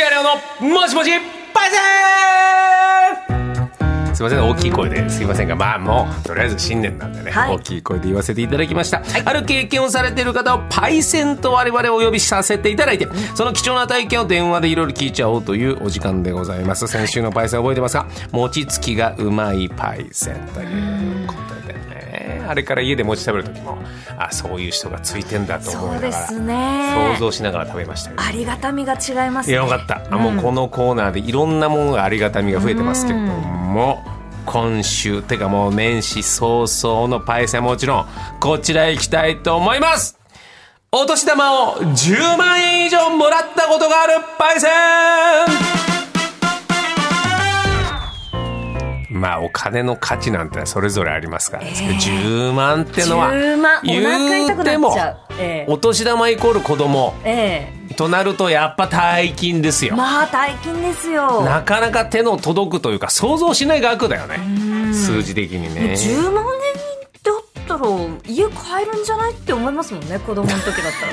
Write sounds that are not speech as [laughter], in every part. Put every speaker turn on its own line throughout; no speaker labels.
よのもしもしパイセンすいません大きい声ですいませんがまあもうとりあえず新年なんでね、
はい
大きい声で言わせていただきました、ある経験をされている方をパイセンと我々お呼びさせていただいてその貴重な体験を電話でいろいろ聞いちゃおうというお時間でございます先週のパイセン覚えてますか餅つきがうまいパイセンということでねあれから家で餅食べる時もあそういう人がついてんだと思い
そう
なが
で
ら
す
想
ね
像しながら食べましたけど
ありがたみが違います
い
ね
やよかった、あもうこのコーナーでいろんなものがありがたみが増えてますけれども、今週てかもう年始早々のパイセンもちろんこちら行きたいと思いますお年玉を10万円以上もらったことがあるパイセンまあお金の価値なんてそれぞれありますから、ね10万ってのは
10万お腹痛くなっちゃう
言うても
ええ
お年玉イコール子供
ええ
となるとやっぱ大金ですよ、
まあ大金ですよ
なかなか手の届くというか想像しない額だよね数字的にね
10万円だったら家買えるんじゃないって思いますもんね子供の時だったら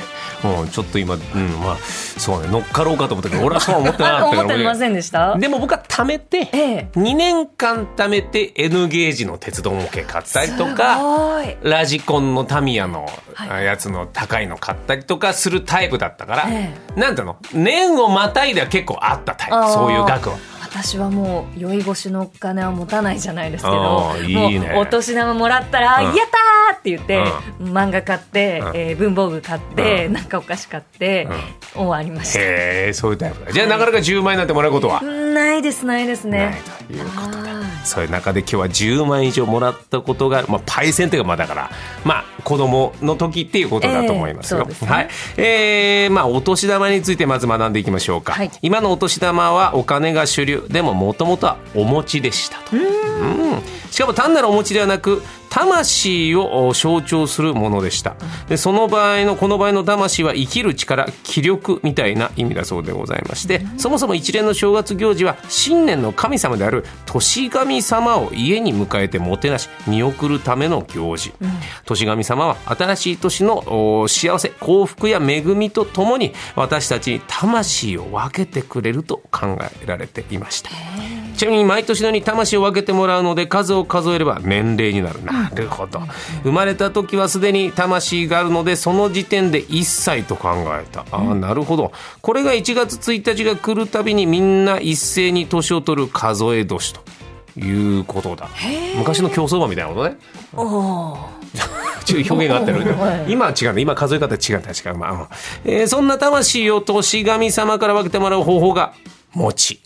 うん、ちょっと今、うん、まあそうね乗っかろうかと思ったけど
[laughs]
俺はそうは思って [laughs] なかった
あ
から
思ってませんでした
でも僕は貯めて、
ええ
2年間貯めて N ゲージの鉄道模型買ったりと
す
か
ごい
ラジコンのタミヤの
はい
あやつの高いの買ったりとかするタイプだったから、
え
なんていうの年をまたいでは結構あったタイ
あ
プ
ー
そういう額は。
私はもう酔い越しのお金は持たないじゃないですけど
あーいいね
もうお年玉もらったら「
うん
やった!」って言って、漫画買って、
うん
えー文房具買って、
う
なんかお菓子買って、終わりました
へえそういうタイプだじゃあなかなか10万円なんてもらうことは
ないですないです
ない
ね
ということで
はい
そういう中で今日は10万円以上もらったことがある、まあ、パイセンというかまあだからまあ子供の時っていうことだと思います
ええ
よ
そう、ですね
はいえーまあお年玉についてまず学んでいきましょうか、
はい
今のお年玉はお金が主流でももともとはお餅でしたとうんしかも単なるお餅ではなく魂を象徴するものでしたでその場合のこの場合の魂は生きる力気力みたいな意味だそうでございましてそもそも一連の正月行事は新年の神様である年神様を家に迎えてもてなし見送るための行事年神様は新しい年のお幸せ幸福や恵みとともに私たちに魂を分けてくれると考えられていましたちなみに毎年のように魂を分けてもらうので数を数えれば年齢になるなるほど生まれた時はすでに魂があるのでその時点で1歳と考えたああなるほどこれが1月1日が来るたびにみんな一斉に年を取る数え年ということだ昔の競争馬みたいなことね
おおー
ちょっと表現があった
は
の
い
今は違うね今数え方違う確かまあうんえーそんな魂を年神様から分けてもらう方法が餅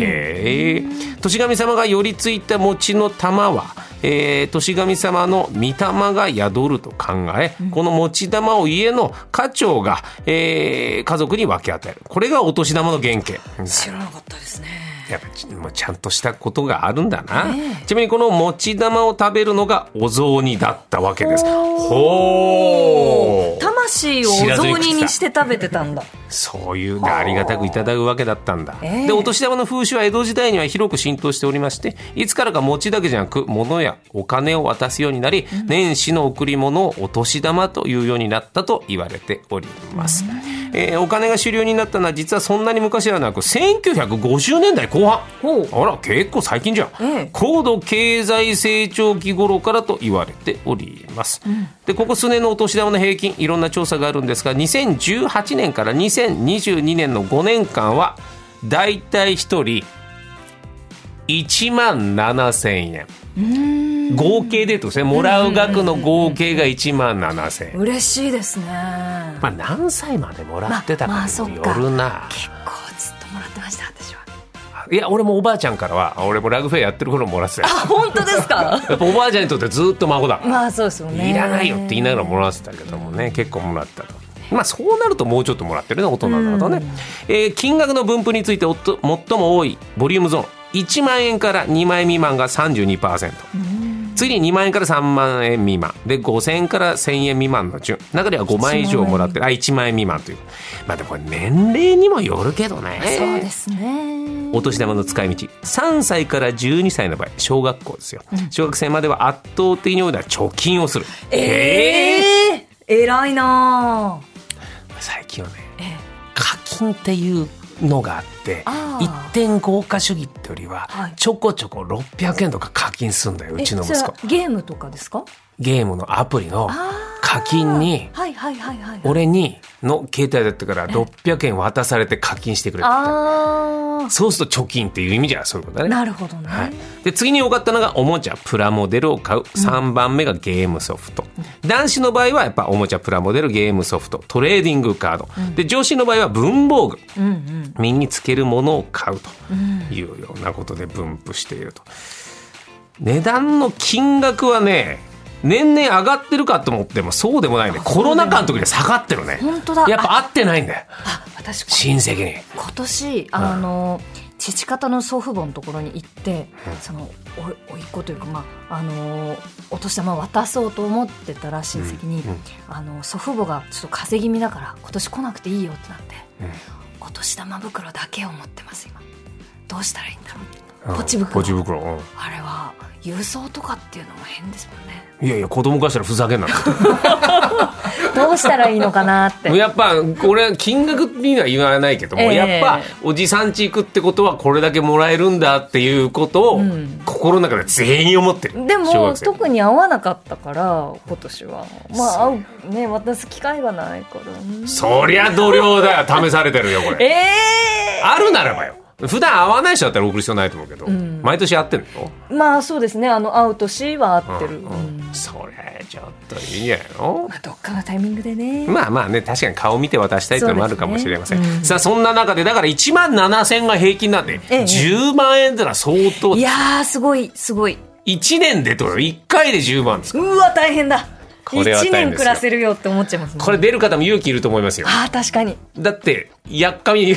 へえ年神様が寄りついた餅の玉は、えー年神様の御霊が宿ると考え、この餅玉を家の家長が、えー家族に分け与えるこれがお年玉の原型
知らなかったですね
やっぱちもうちゃんとしたことがあるんだな、ちなみにこの餅玉を食べるのがお雑煮だったわけですほう
魂をお雑煮にして食べてたんだ
そういうねありがたくいただくわけだったんだ、
ええ
でお年玉の風習は江戸時代には広く浸透しておりましていつからか餅だけじゃなく物やお金を渡すようになり、年始の贈り物をお年玉というようになったと言われております、えーお金が主流になったのは実はそんなに昔ではなく1950年代後半
ほう
あら結構最近じゃん、
ええ
高度経済成長期頃からと言われております、でここ数年のお年玉の平均いろんな調査があるんですが2018年から2022年の5年間はだいたい1人1万7000円合計でとですねもらう額の合計が1万7000円、
嬉しいですね
まあ、何歳までもらってた
まあ
か
まあそっ
に
か
もよるな、
結構ずっともらってました私はい
や俺もおばあちゃんからはあ俺もラグフェアやってる頃もらってたよ
あ本当ですか
やっぱおばあちゃんにとってずっと孫だか
[laughs]
ら
まあそうですよね
いらないよって言いながらもらってたけどもね結構もらったと。まあそうなるともうちょっともらってるね大人になるとね、えー金額の分布についておっと最も多いボリュームゾーン1万円から2万円未満が32%、次に2万円から3万円未満で5000円から1000円未満の順中では5万円以上もらってるあ1万円未満というまあでもこれ年齢にもよるけどね
そうですね
お年玉の使い道3歳から12歳の場合小学校ですよ、小学生までは圧倒的に多いのは貯金をするえ
ええ偉いなあ
ー最近はね課金っていうのがあって
あー
一点豪華主義ってよりは
はい
ちょこちょこ600円とか課金すんだようちの息
えそ
子
れはゲームとかですか
ゲームのアプリの
あー
課金に
はいはいはいはい
俺にの携帯だったから600円渡されて課金してくれって言った
あ
そうすると貯金っていう意味じゃそういうことだ
あ
ね
なるほどね、
はい、で次に良かったのがおもちゃプラモデルを買う3番目がゲームソフト、男子の場合はやっぱおもちゃプラモデルゲームソフトトレーディングカード、で女子の場合は文房具
うんうん
身につけるものを買うと
うん
いうようなことで分布していると値段の金額はね年々上がってるかと思ってもそうでもないね
あそうで
コ
も
ロナ禍の時には下がってるね
本当だ
やっぱ合ってないんだよ
あ私
親戚に
今年あの、父方の祖父母のところに行って、そのおおいっ子というか、まあ、あのお年玉渡そうと思ってたら親戚に、
うんうん
あの祖父母がちょっと風邪気味だから今年来なくていいよってなって、お年玉袋だけを持ってます今どうしたらいいんだろう、ポチ袋
ポチ袋、うん
あれは郵送とかっていうのも変ですもんね
いやいや子供からしたらふざけんな
どうしたらいいのかなって
やっぱ俺金額には言わないけども、
ええ
やっぱおじさん家行くってことはこれだけもらえるんだっていうことを、
うん
心の中で全員思ってる
で
小
も
学生
特に会わなかったから今年はまあ
そ
会うね渡す機会がないからね
そりゃ度量だよ試されてるよこ
[laughs] え
れ
え
あるならばよ普段会わない人だったら送る必要ないと思うけど、
ん
毎年会ってんの、
まあそうですねあの会う年は会ってる、
う
うん
んそりゃちょっといいんじゃないの
まあ、どっかのタイミングでね、
まあまあね確かに顔見て渡したいっていうのもあるかもしれません、
そうですねうん
さあそんな中でだから1万7,000が平均なんで、
ええ
10万円ってのは相当
いやーすごいすごい
1年でとる1回で10万です
うわ大変だ
こ
一
れは大変ですよ
年暮らせるよって思っちゃいますね
これ出る方も勇気いると思いますよ。
あー確かに
だって、やっか
[laughs]
みに、へ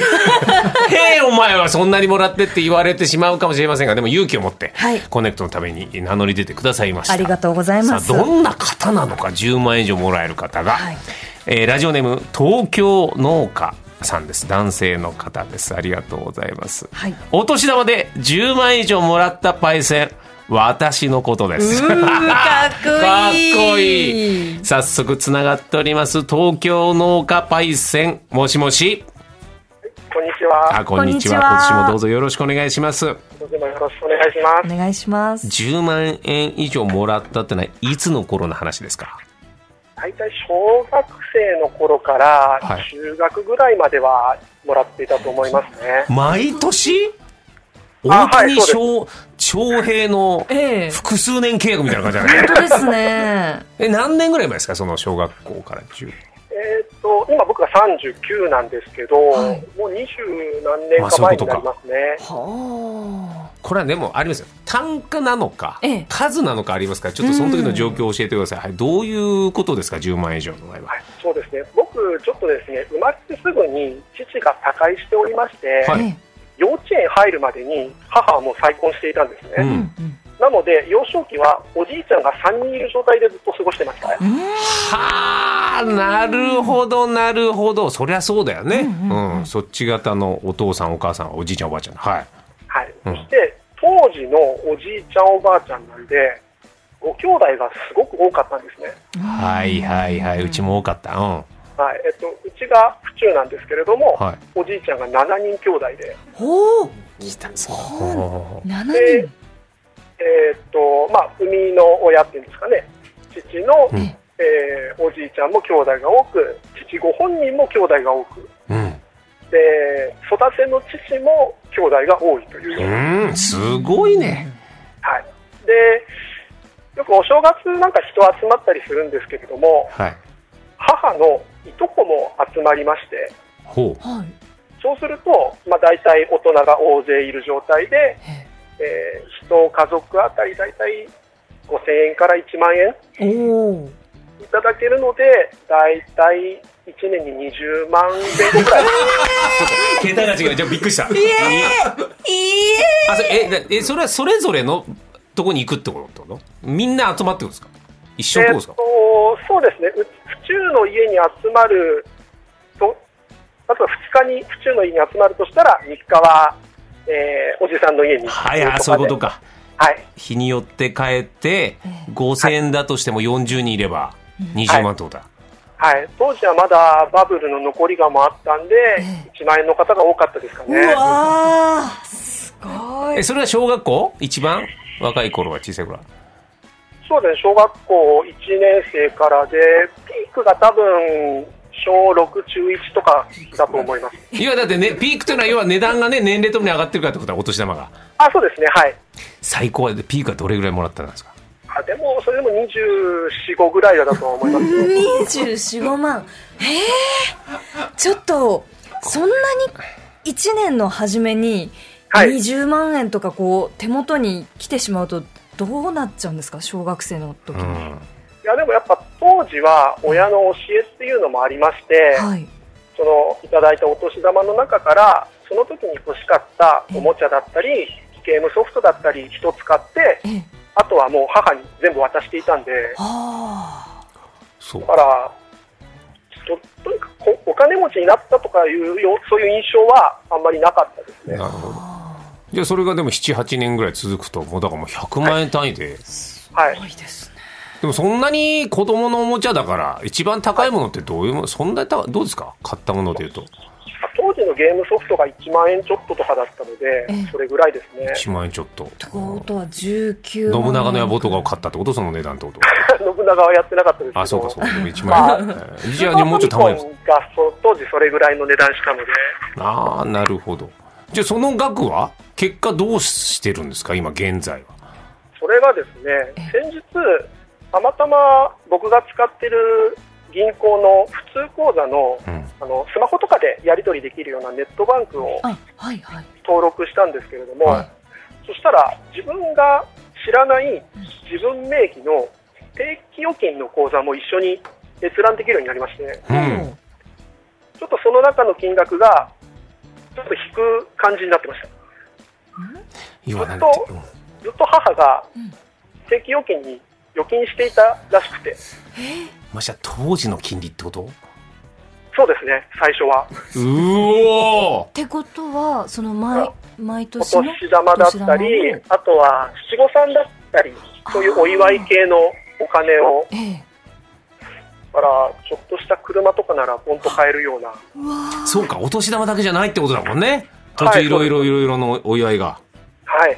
え、お前はそんなにもらってって言われてしまうかもしれませんが、でも勇気を持って
はい、
コネクトのために名乗り出てくださいました。
ありがとうござい
さ
ま
あ、
す
どんな方なのか、10万円以上もらえる方が、
はい
えーラジオネーム、東京農家さんです。男性の方です。ありがとうございます。
はい
お年玉で10万円以上もらったパイセン私のことです。
うーかっこいい
かっこいい早速つながっております。東京農家パイセン。もしもし。
こんにちは。
あ、こんにちは。
こんにちは
今年もどうぞよろしくお願いします。
どうぞよろしくお願いしま
お
す。
願いします
10万円以上もらったってのは、いつの頃の話ですか
大体小学生の頃から
はい
中学ぐらいまではもらっていたと思いますね。
毎年大
あはい
谷翔翔平の
ええ
複数年契約みたいな感じじゃない
本当ですね
[laughs] え、何年ぐらい前ですかその小学校から中
えーっと、今僕が39なんですけど、
はい
もう二十何年か前になりますね。
は
これはでもありますよ単価なのか、
ええ
数なのかありますからちょっとその時の状況を教えてください、はい、どういうことですか10万円以上の場合は
はい、そうですね。僕、ちょっとですね、生まれてすぐに父が他界しておりまして、
は
あ、
い
え
幼稚園入るまでに母はもう再婚していたんですね。
う
えうんん
なので、幼少期はおじいちゃんが3人いる状態でずっと過ごしてました。
うん
はあなるほどなるほどそりゃそうだよね、う
うんんうんうん
そっち方のお父さんお母さんおじいちゃんおばあちゃんはい
はい、
う
そ
ん
して当時のおじいちゃん、おばあちゃんなんで、ご兄弟がすごく多かったんですね。
はいはいはいうちも多かったうん
はいえっと、うちが府中なんですけれども、
はい
おじいちゃんが7人兄弟で、
ほう
来た
ほ
う
7
で
人
えっとまあ、生みの親っていうんですかね、父の、
うん
えーおじいちゃんも兄弟が多く、父ご本人も兄弟が多く、
うん、
で育ての父も兄弟が多いという。
うん、すごいね
はい、でよくお正月なんか人集まったりするんですけれども、
はい
母のいとこも集まりまして、
ほう
はい
そうすると、まあ、大体大人が大勢いる状態で、
え
えー人家族あたり大体5000円から1万円
えおお
いただけるので、大体1年に20万円ぐらい、
桁が違うじゃあびっくりした
い
あそえなえそれはそれぞれのとこに行くってことってことみんな集まってくるんですか一緒に
え
こうで
ーっ
すか
と、そうですね、う府中の家に集まると、あとは2日に府中の家に集まるとしたら、3日は、えーおじさんの家に行くとか
は
で
いはいそういうことか
はい
日によって変えて
ええ
5000円だとしても40人いれば20万ってことだ、
はい、当時はまだバブルの残りがもあったんで、
え
1万円の方が多かったですかね。
わーすご
え
い
それは小学校一番若い頃は小さい頃は
そうですね、小学校1年生からで、ピークが多分、小6、中1とかだと思います。
いやだってねピークというのは要は値段がね年齢ともに上がってるからってことはお年玉が
あ、そうですね、はい。
最高はピークはどれぐらいもらったんですか
あでも、それでも24、5ぐらいだとは思います。
245万えー、ちょっとそんなに1年の初めに
はい
20万円とかこう手元に来てしまうとどうなっちゃうんですか小学生の時
う
に、
ん
いや、でもやっぱ当時は親の教えっていうのもありまして、
はい
そのいただいたお年玉の中から、その時に欲しかったおもちゃだったり、ゲームソフトだったり、人使って、
ええ
あとはもう母に全部渡していたんで、
はあ
そう
だから、ととにかくこお金持ちになったとかいうよそういう印象はあんまりなかったですね。
なるほどじゃあそれがでも78年ぐらい続くともうだからもう100万円単位で、
はい
すごいですね
でもそんなに子供のおもちゃだから一番高いものってどういうものそんなに高いどうですか買ったものでいうと
当時のゲームソフトが1万円ちょっととかだったので
ええ、
それぐらいですね。 [laughs]
1万円ちょっと
とことは19万円
信長の野望とかを買ったってことその値段ってこと
信長はやってなかったですけど、
あそうかそうかでも1万円、えーじゃあもうちょっと
ファ
高い [laughs]
ミコンがそう当時それぐらいの値段したので、
ああなるほどじゃあその額は結果どうしてるんですか今現在は
それがですね、先日、たまたま僕が使ってる銀行の普通口座の
うん
あのスマホとかでやり取りできるようなネットバンクを
あはいはい
登録したんですけれども、
はい
そしたら自分が知らない自分名義の定期預金の口座も一緒に閲覧できるようになりまして、
うん
ちょっとその中の金額がちょっと引く感じになってました。
言わなく、
ずってずっと母が
うん
定期預金に預金していたらしくて、
ましゃ当時の金利ってこと
そうですね、最初は。
うお
ってことはその毎毎
お
年の
年玉だったり
お年玉の、
あとは七五三だったり、そういうお祝い系のお金を、
ええ
だからちょっとした車とかならポンと買えるような。
うわー
そうかお年玉だけじゃないってことだもんね途中いろいろいろいろのお祝いが
はい。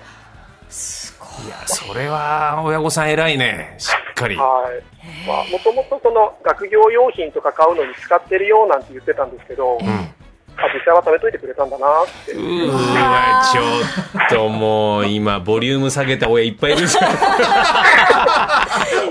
すごい
いやそれは親御さん偉いねしっかり
はい。まあ、もともとその学業用品とか買うのに使ってるよなんて言ってたんですけど、
うん
あ実際は貯めといてくれたんだなって。
うーわちょっともう今ボリューム下げた親いっぱいいるじゃん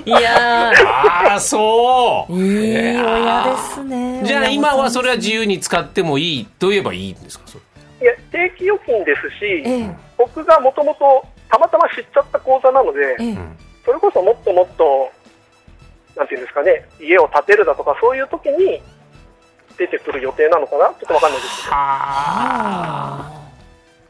いや
ああそう
ーいい親ですね
じゃ
親
あ
御さん
今はそれは自由に使ってもいいと言えばいいんですかそれ
いや、定期預金です
え
し、
え
僕がもともとたまたま知っちゃった口座なので、
ええ
ん
それこそもっともっと、なんていうんですかね、家を建てるだとか、そういう時に出てくる予定なのかな、ちょっとわかんないですけど、
ああ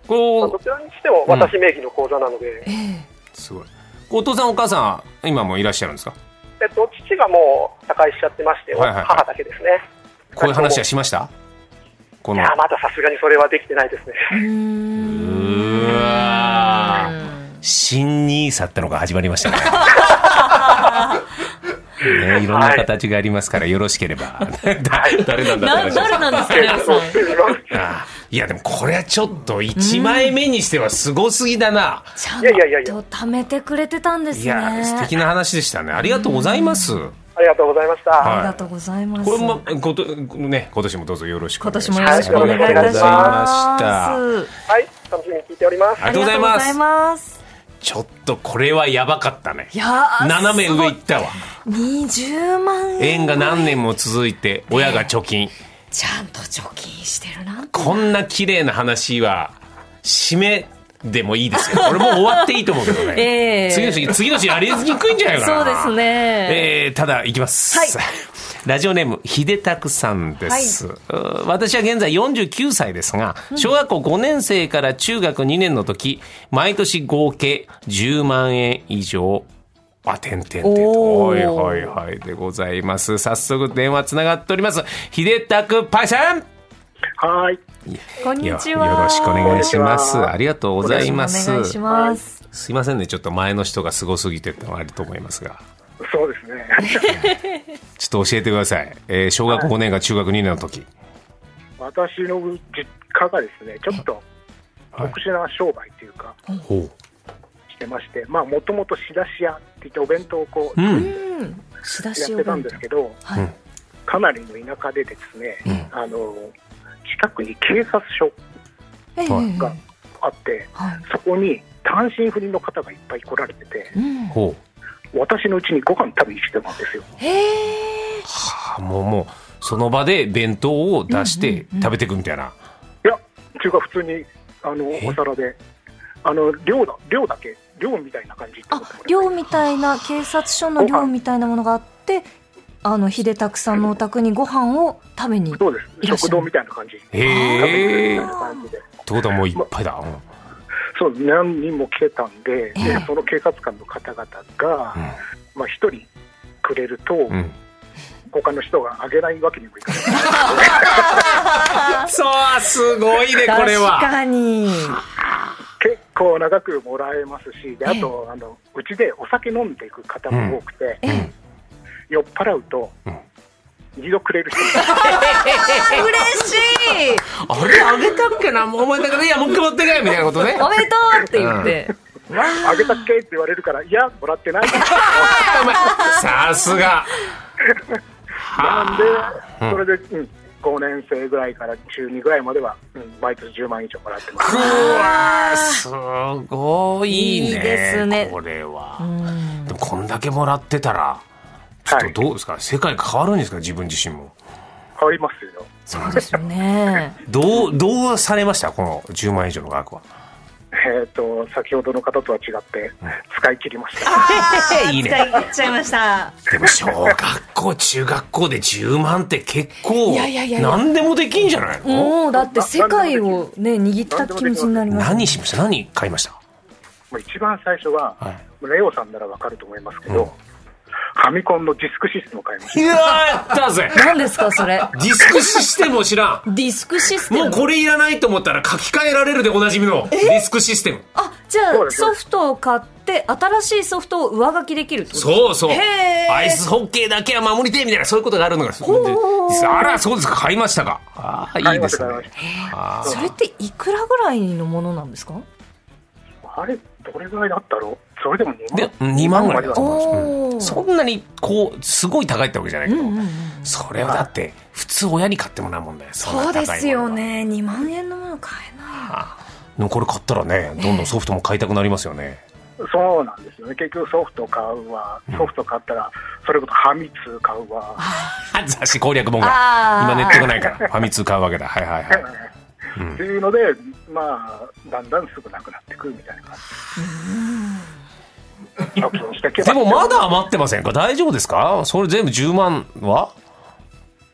こ
まあ
う
どちらにしても私名義の口座なので、
ええ
すごいお父さんお母さん今もいらっしゃるんですか
えっと、父がもう他界しちゃってまして、
はいはいはい
母だけですね。
こういう話はしましたこ
い
の
や、まださすがにそれはできてないですね。
うーん
うわー新ニーサってのが始まりました
[laughs]
ね。ねいろんな形がありますから、よろしければ。 [laughs] 誰なんだっ
な
て話
誰なんですかね
[laughs] そう
さん
あいや、でもこれはちょっと1枚目にしてはすごすぎだな。
ちゃん
いやいやいやいや
と貯めてくれてたんです
い
ね
や、素敵な話でしたね。ありがとうございます。
ありがとうございました。
は
ありがとうございます
これも、こと、ね、今年もどうぞよろしくお
今
願いし
年
ます。
もよろしくお願いいたし
ありがとうございまし
ます
はい、楽しみに聞いております。
ありがとうござい
あ
ま
りがとうござい
す。
ます
ちょっとこれはやばかったね
い。やー
斜め
すご
上
い
行ったわ。
20万円
縁が何年も続いて、親が貯金。
ちゃんと貯金してるなんて
こんな綺麗な話は締めでもいいですよ。俺もう終わっていいと思うけどね。
[laughs] ええ
次の週、次の週ありにくいんじゃないか
そう
な。
です。ね、
えー、ただ、いきます。
はい
[laughs] ラジオネーム、秀拓さんです、うー私は現在49歳ですが、小学校5年生から中学2年の時、毎年合計10万円以上、あ、てんてんてんと。
おー
はいはいはいでございます。早速電話つながっております。秀拓パイさん
はい。
こん
いや
にち
よ
は
ろしくお願いします。
こんにちは
ありがとうございます。
お願いします
すいませんね、ちょっと前の人がすごすぎてってのはあると思いますが。
そうですね。 [laughs]
ちょっと教えてください。えー小学5年が中学2年の時。
私の実家がですね、ちょっと
はい
特殊な商売というか、
ほう。
してまして、まあ、もともと仕出し屋って言って、お弁当をこう、
う
や
ん。
うん仕出し
っ
を
てたんですけど、
はい、
うん
かなりの田舎でですね、
うん
あの、近くに警察署
ええ
はい
があって、
はい
そこに単身赴任の方がいっぱい来られてて、
うん、
ほう。
私のうちにご飯食べに来てたんですよ。
へえ
はあ、もうもう、その場で弁当を出し
うん
て
うんうん
食べていくみたいな。
いや、中華普通に、あの、
え
お皿で、あの、量だ、量だけ、量みたいな感じってこ
あ
とですね
寮みたいな警察署の寮みたいなものがあってあの秀拓さんのお宅にご飯を食べに
そうで
い
す
らっしゃる
食堂みたいな感じ
へえ。
食べてくれるみたい
っ
な感じで
てことはもういっぱいだ。うん
そう何人も来てたんで
ええ
でその警察官の方々が、まあ、1人くれると、
うん。うん。
他の人があげないわけにもいかない
そう、すごいね、これ
確
は。
か
[laughs]
に
結構長くもらえますしであと、あのうちでお酒飲んでいく方も多くて、
ええ
酔っ払うと、
うん
二度くれる人
[laughs]
が
嬉しい
あれあげたっけな、もうお前だから、いや、もう一回持って帰みたいなことね。
おめでとうって言って、
あげたっけって言われるからいやもらってない
お前さすが。
なんで
うん
それで、うん、5年生ぐらいから中2ぐらいまでは、うん、毎年10万以上もらってます
うわーすごいね
いいですね
これ
う
は、
ん
でもこんだけもらってたらちょっとどうですか、世界変わるんですか自分自身も
変わりますよ。
そうです
[laughs]
よね
どうどうされましたこの10万円以上の額は
えっ、と、先ほどの方とは違って、使い切りました。
いいね
使い切っちゃいました
でも小学校 [laughs] 中学校で10万って結構
いやいやいやいや
何でもできんじゃないの
もうだって世界をね握った気持ちになります
何しました何買いました
もう一番最初は、
は
レオさんならわかると思いますけ
う
ど、
ん
ファミコンのディスクシステムを買いまし
いややったぜ
何ですかそれ
ディスクシステムを知ら
ディスクシス
ん
テム
もうこれいらないと思ったら書き換えられるでおなじみのディスクシステム
あじゃ
そう
あ
です
ソフトを買って新しいソフトを上書きできるってこと
そうそう。
へー
アイスホッケーだけは守りてえみたいな、そういうことがあるのが。
ほう
あら、そうですか。買いましたか。ああ、
た。
いいですね
買。いました買いまし
あ
それっていくらぐらいのものなんですか
た。あれ、どれぐらいだったろうそれでも2
ーで
万、。
2万ぐらいだと思
お
う
ー
んですうんそんなに、こう、すごい高いってわけじゃないけど、
うんうんうん
それはだって、普通親に買ってもらうもんだよ。そんな
そう
高い
で
ものは
すよ。ね2万円のもの買えない
あーでもこれ買ったらね、どんどんソフトも買いたくなりますよね。
そうなんですよね。結局ソフト買うわ。ソフト買ったら、それこそファミ通買うわ。
雑誌攻略本
あ
が。
ー
今ネットがないから、ファミ通買うわけだ。はいはいはい。うん
っていうので、まあ、だんだんすぐなくなってくるみたいな感じ。貯金してけ
で
ば。
もまだ余ってませんか大丈夫ですかそれ全部10万
い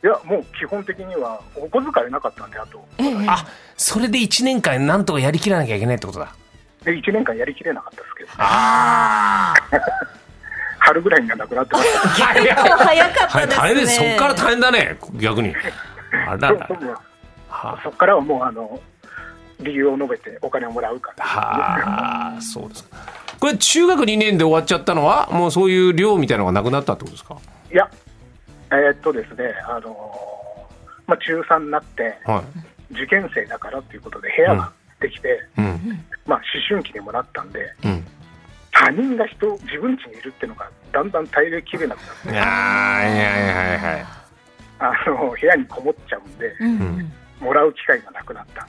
や、もう基本的には、お小遣いなかったんで、あと、
ええ
はあ、それで1年間なんとかやりきらなきゃいけないってことだ。
で1年間やりきれなかったですけど、
ああ
[laughs] 春ぐらいにはなくなってました。
結構早かったですね
大変です。そっから大変だね。逆に。あら
そう
ら [laughs]
そ。う
は
そっからはもう、あの、理由を述べてお金をもらうから。
はあ、そうですか。これ中学2年で終わっちゃったのは、もうそういう量みたいなのがなくなったってことですか
いや、えーっとですね、あのーまあ、中3になって、
は
受験生だからということで、部屋ができて、
い。うん。
まあ、思春期にもなったんで、
うん。
他人が人、自分家にいるっていうのが、だんだん耐えきれなくなって、
いやーいやいやいやいや。
あの部屋にこもっちゃうんで、
うんうん
もらう機会がなくなった。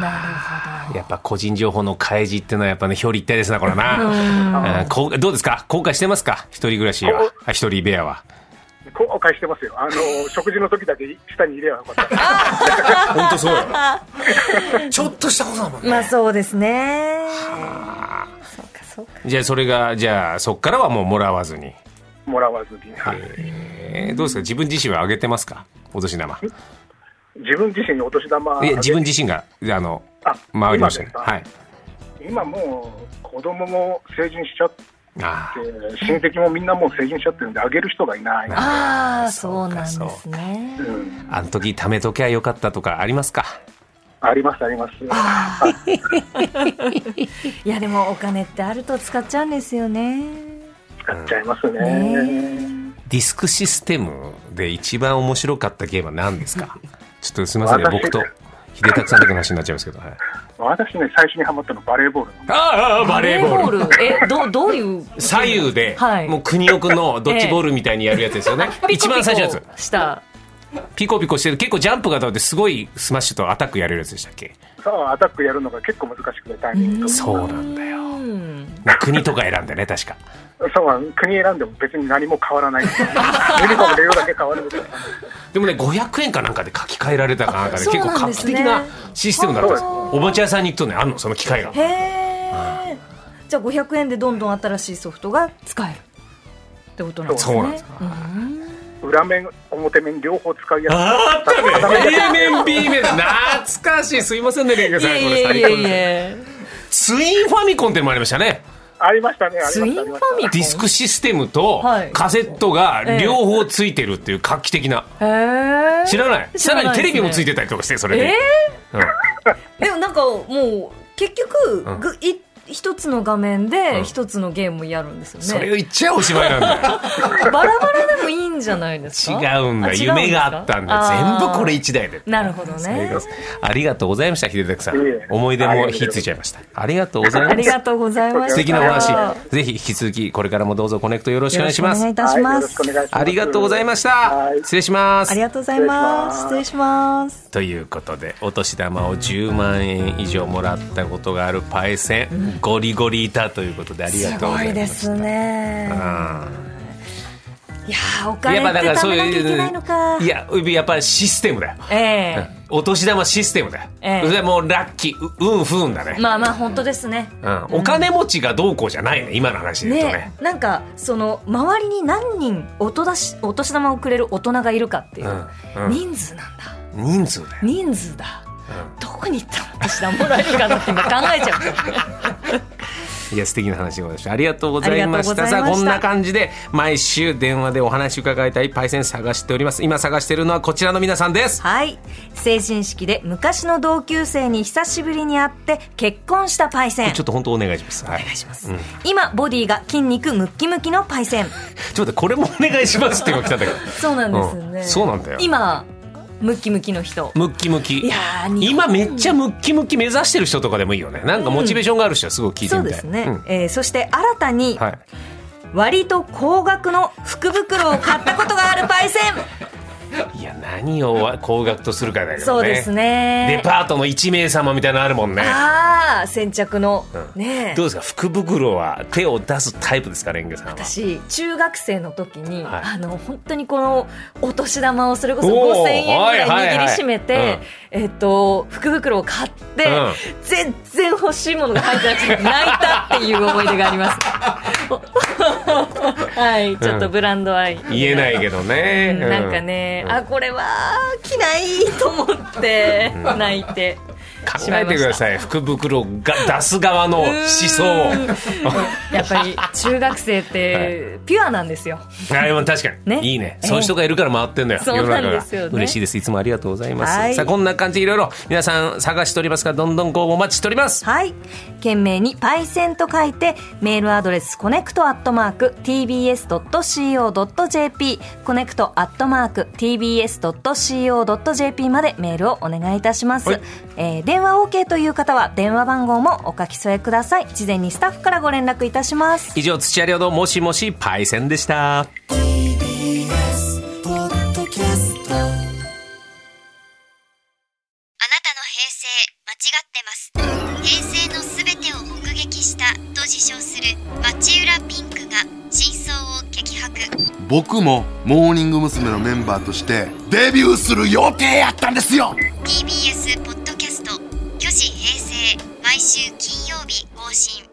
ああ。やっぱ個人情報の開示っていうのはやっぱね、表裏一体ですな、これ
う
な。
ん
うんこうどうですか後悔してますか一人暮らしは
こう。
あ一人部屋は。
後悔してますよ。あのー食事の時だけ下に入ればよかった。
本当そうよ [laughs] ちょっとしたことだもんね、
まあそうですねそうかそうか
じゃあそれがじゃあそっからはもうもらわずに、
もらわずに、はい
えーどうですか自分自身はあげてますかお年玉
自分自身のお年玉
いや自分自身があの
あ
回りましたね
今ですか
はい
今もう子供も成人しちゃって
あ
親戚もみんなもう成人しちゃってるんであげる人がいない、
ああ
そ
そうう
か
なんですね
うん、
ああの時貯めときゃよかったとかありますか
ありますあります
いやでもお金ってあると使っちゃうんですよね
使っちゃいますね。
ね
ディスクシステムで一番面白かったゲームは何です
[laughs]
かちょっとすみませんね、
私
僕と秀拓さんだけの話になっちゃいますけど。はい、
私ね、最初にハマったのバレーボールなんで
ああ、バレーボール。
バレーボールえどどういう
左右で、
はい
もう国奥
[laughs]
のドッジボールみたいにやるやつですよね。一番最初のやつ。
つした
ピコピコしてる。結構ジャンプがどうってすごいスマッシュとアタックやれるやつでしたっけ
す。さあ、アタックやるのが結構難しくて、タイミングとか。
そうなんだよ。
うん
まあ国とか選んでね、確か。
そうなん国選んでも別に何も変わ
[laughs]
らない。ユニフォームで色だけ変わるみたいな。
でもね、500円かなんかで書き換えられたかなんかで、
そう
結構
なん
画
で
期
すね
的なシステムだったんです。
あ
おもちゃ屋さんに行くとね、あんの、その機械が。
へえじゃあ500円でどんどん新しいソフトが使えるってことなんですね
そうなんです
うん
裏面、表面両方使いやすい。
あったね [laughs] A 面 B 面懐かしいすいませんねレンゲ
い
さん
やい
こ
や
れ
い
最
や
高
い
です
や
ツインファミコンっていうのもありましたね
ありましたね、あり
ツ
ま
イ
し
ン
た、
ファミ
ありまし
コン
ディスクシステムと
はい
カセットが両方ついてるっていう画期的な
へー
知らない
知
さ
らな
ら
いですね
にテレビもついてたりとかしてそれ
え
でうん
ーでもなんかもう結局、
うん
ぐい一つの画面
うん
で一つのゲームやるんですよね、
それを言っちゃおしまいなんだ
[laughs]
よ
バラバラでもいいんじゃないですか
違うんだ
あ
夢があったんだ
あー
全部これ一台で
なるほどね
ありがとうございました秀拓さん
いえいえ
思い出も火ついちゃいましたありがとうござい
あ
ま
り
す
がとうございました
素敵なお話
よ
ぜひ引き続きこれからもどうぞコネクトよろしくお願
ろ
い
し
し
くお
ます
願いいたし
はいよ
ま
ろし
す
くお願いします。
ありがとうございました。
はい
失礼します。
ありがとうございます失礼します
ということで、お年玉を10万円以上もらったことがあるパイセン、ゴリゴリいたということでありが
す
とうご
ご
ざい
い
ま。
ですすね
あ
いやーお
ー
金って貯めなきゃいけないのか
いや、やっぱりシステムだよ。
え
うん
え
お年玉システムだよ。
ええ
それもうラッキー、う運不運だね。
まあまあ本当ですね
うん、お金持ちがどうこうじゃないね、今の話で言うとね。
ねなんかその周りに何人おとだしお年玉をくれる大人がいるかっていう、
うんうん
人数なんだ
人数だよ。
人数だ、どこに行ったら私はもらえるかなって今考えちゃう
いや素敵な話でございましたありがとうございました
ありがとうございま
さあ
した
こんな感じで毎週電話でお話伺いたいパイセン探しております今探してるのはこちらの皆さんです
はい成人式で昔の同級生に久しぶりに会って結婚したパイセン
ちょっと本当お願いしますはい
お願いします、
うん
今ボディが筋肉ムッキムキのパイセン
ちょっと待ってこれもお願いしますっていうのが来たんだ [laughs] けど
そうなんですよね、
うんそうなんだよ
今ムッキムキの人
ムッキムキ
いやー日
今
本
めっちゃムッキムキ目指してる人とかでもいいよねなんかモチベーションがある人はすごい聞いて
そう
み
で
たい
すね、
うん
えーそして新たに
はい
割と高額の福袋を買ったことがあるパイ
[laughs]
セン
いや何をわ高額とするかだけどね
そうです
デ
ね
パートの一名様みたいなのあるもんね
ああ先着の、ねえ
どうですか福袋は手を出すタイプですかレンゲさんは
私中学生の時に、
はい
あの本当にこのお年玉をそれこそ
お
5000
ー
円ぐらい
はいはい
握
はい
りしめて、
うん
えっと福袋を買って、
うん
全然欲しいものが入ってなく
[laughs]
て泣いたっていう思い出があります [laughs] はいちょっとブランド愛、
言えないけど
う
ね、
んなんかね、
うん
あこれは着ないと思って泣いてし
考
ま
え
いま
て
し
くだ
た。
さい福袋が出す側の思想
うーんやっぱり中学生
[laughs]
ってピュアなんですよ。
あれも確かに、
ね
いいね
ええ
そういう人がいるから回ってんだよ、
そうなんですよね
嬉しいですいつもありがとうございます、
はい
さあこんな感じいろいろ皆さん探しておりますからどんどんご応募お待ちしております
はい。懸命にパイセンと書いて、メールアドレスコネクトアットマーク tbs.co.jp、コネクトアットマーク tbs.co.jp までメールをお願いいたします。
はい
えー電話 OK という方は電話番号もお書き添えください。事前にスタッフからご連絡いたします。
以上土屋良のもしもしパイセンでした
TBS ポッドキャスト
あなたの平成間違ってます平成のすべてを目撃したと自称する町浦ピンクが真相を激白
僕もモーニング娘。のメンバーとしてデビューする予定やったんですよ
TBS ポッドキャスト「巨子平成」毎週金曜日更新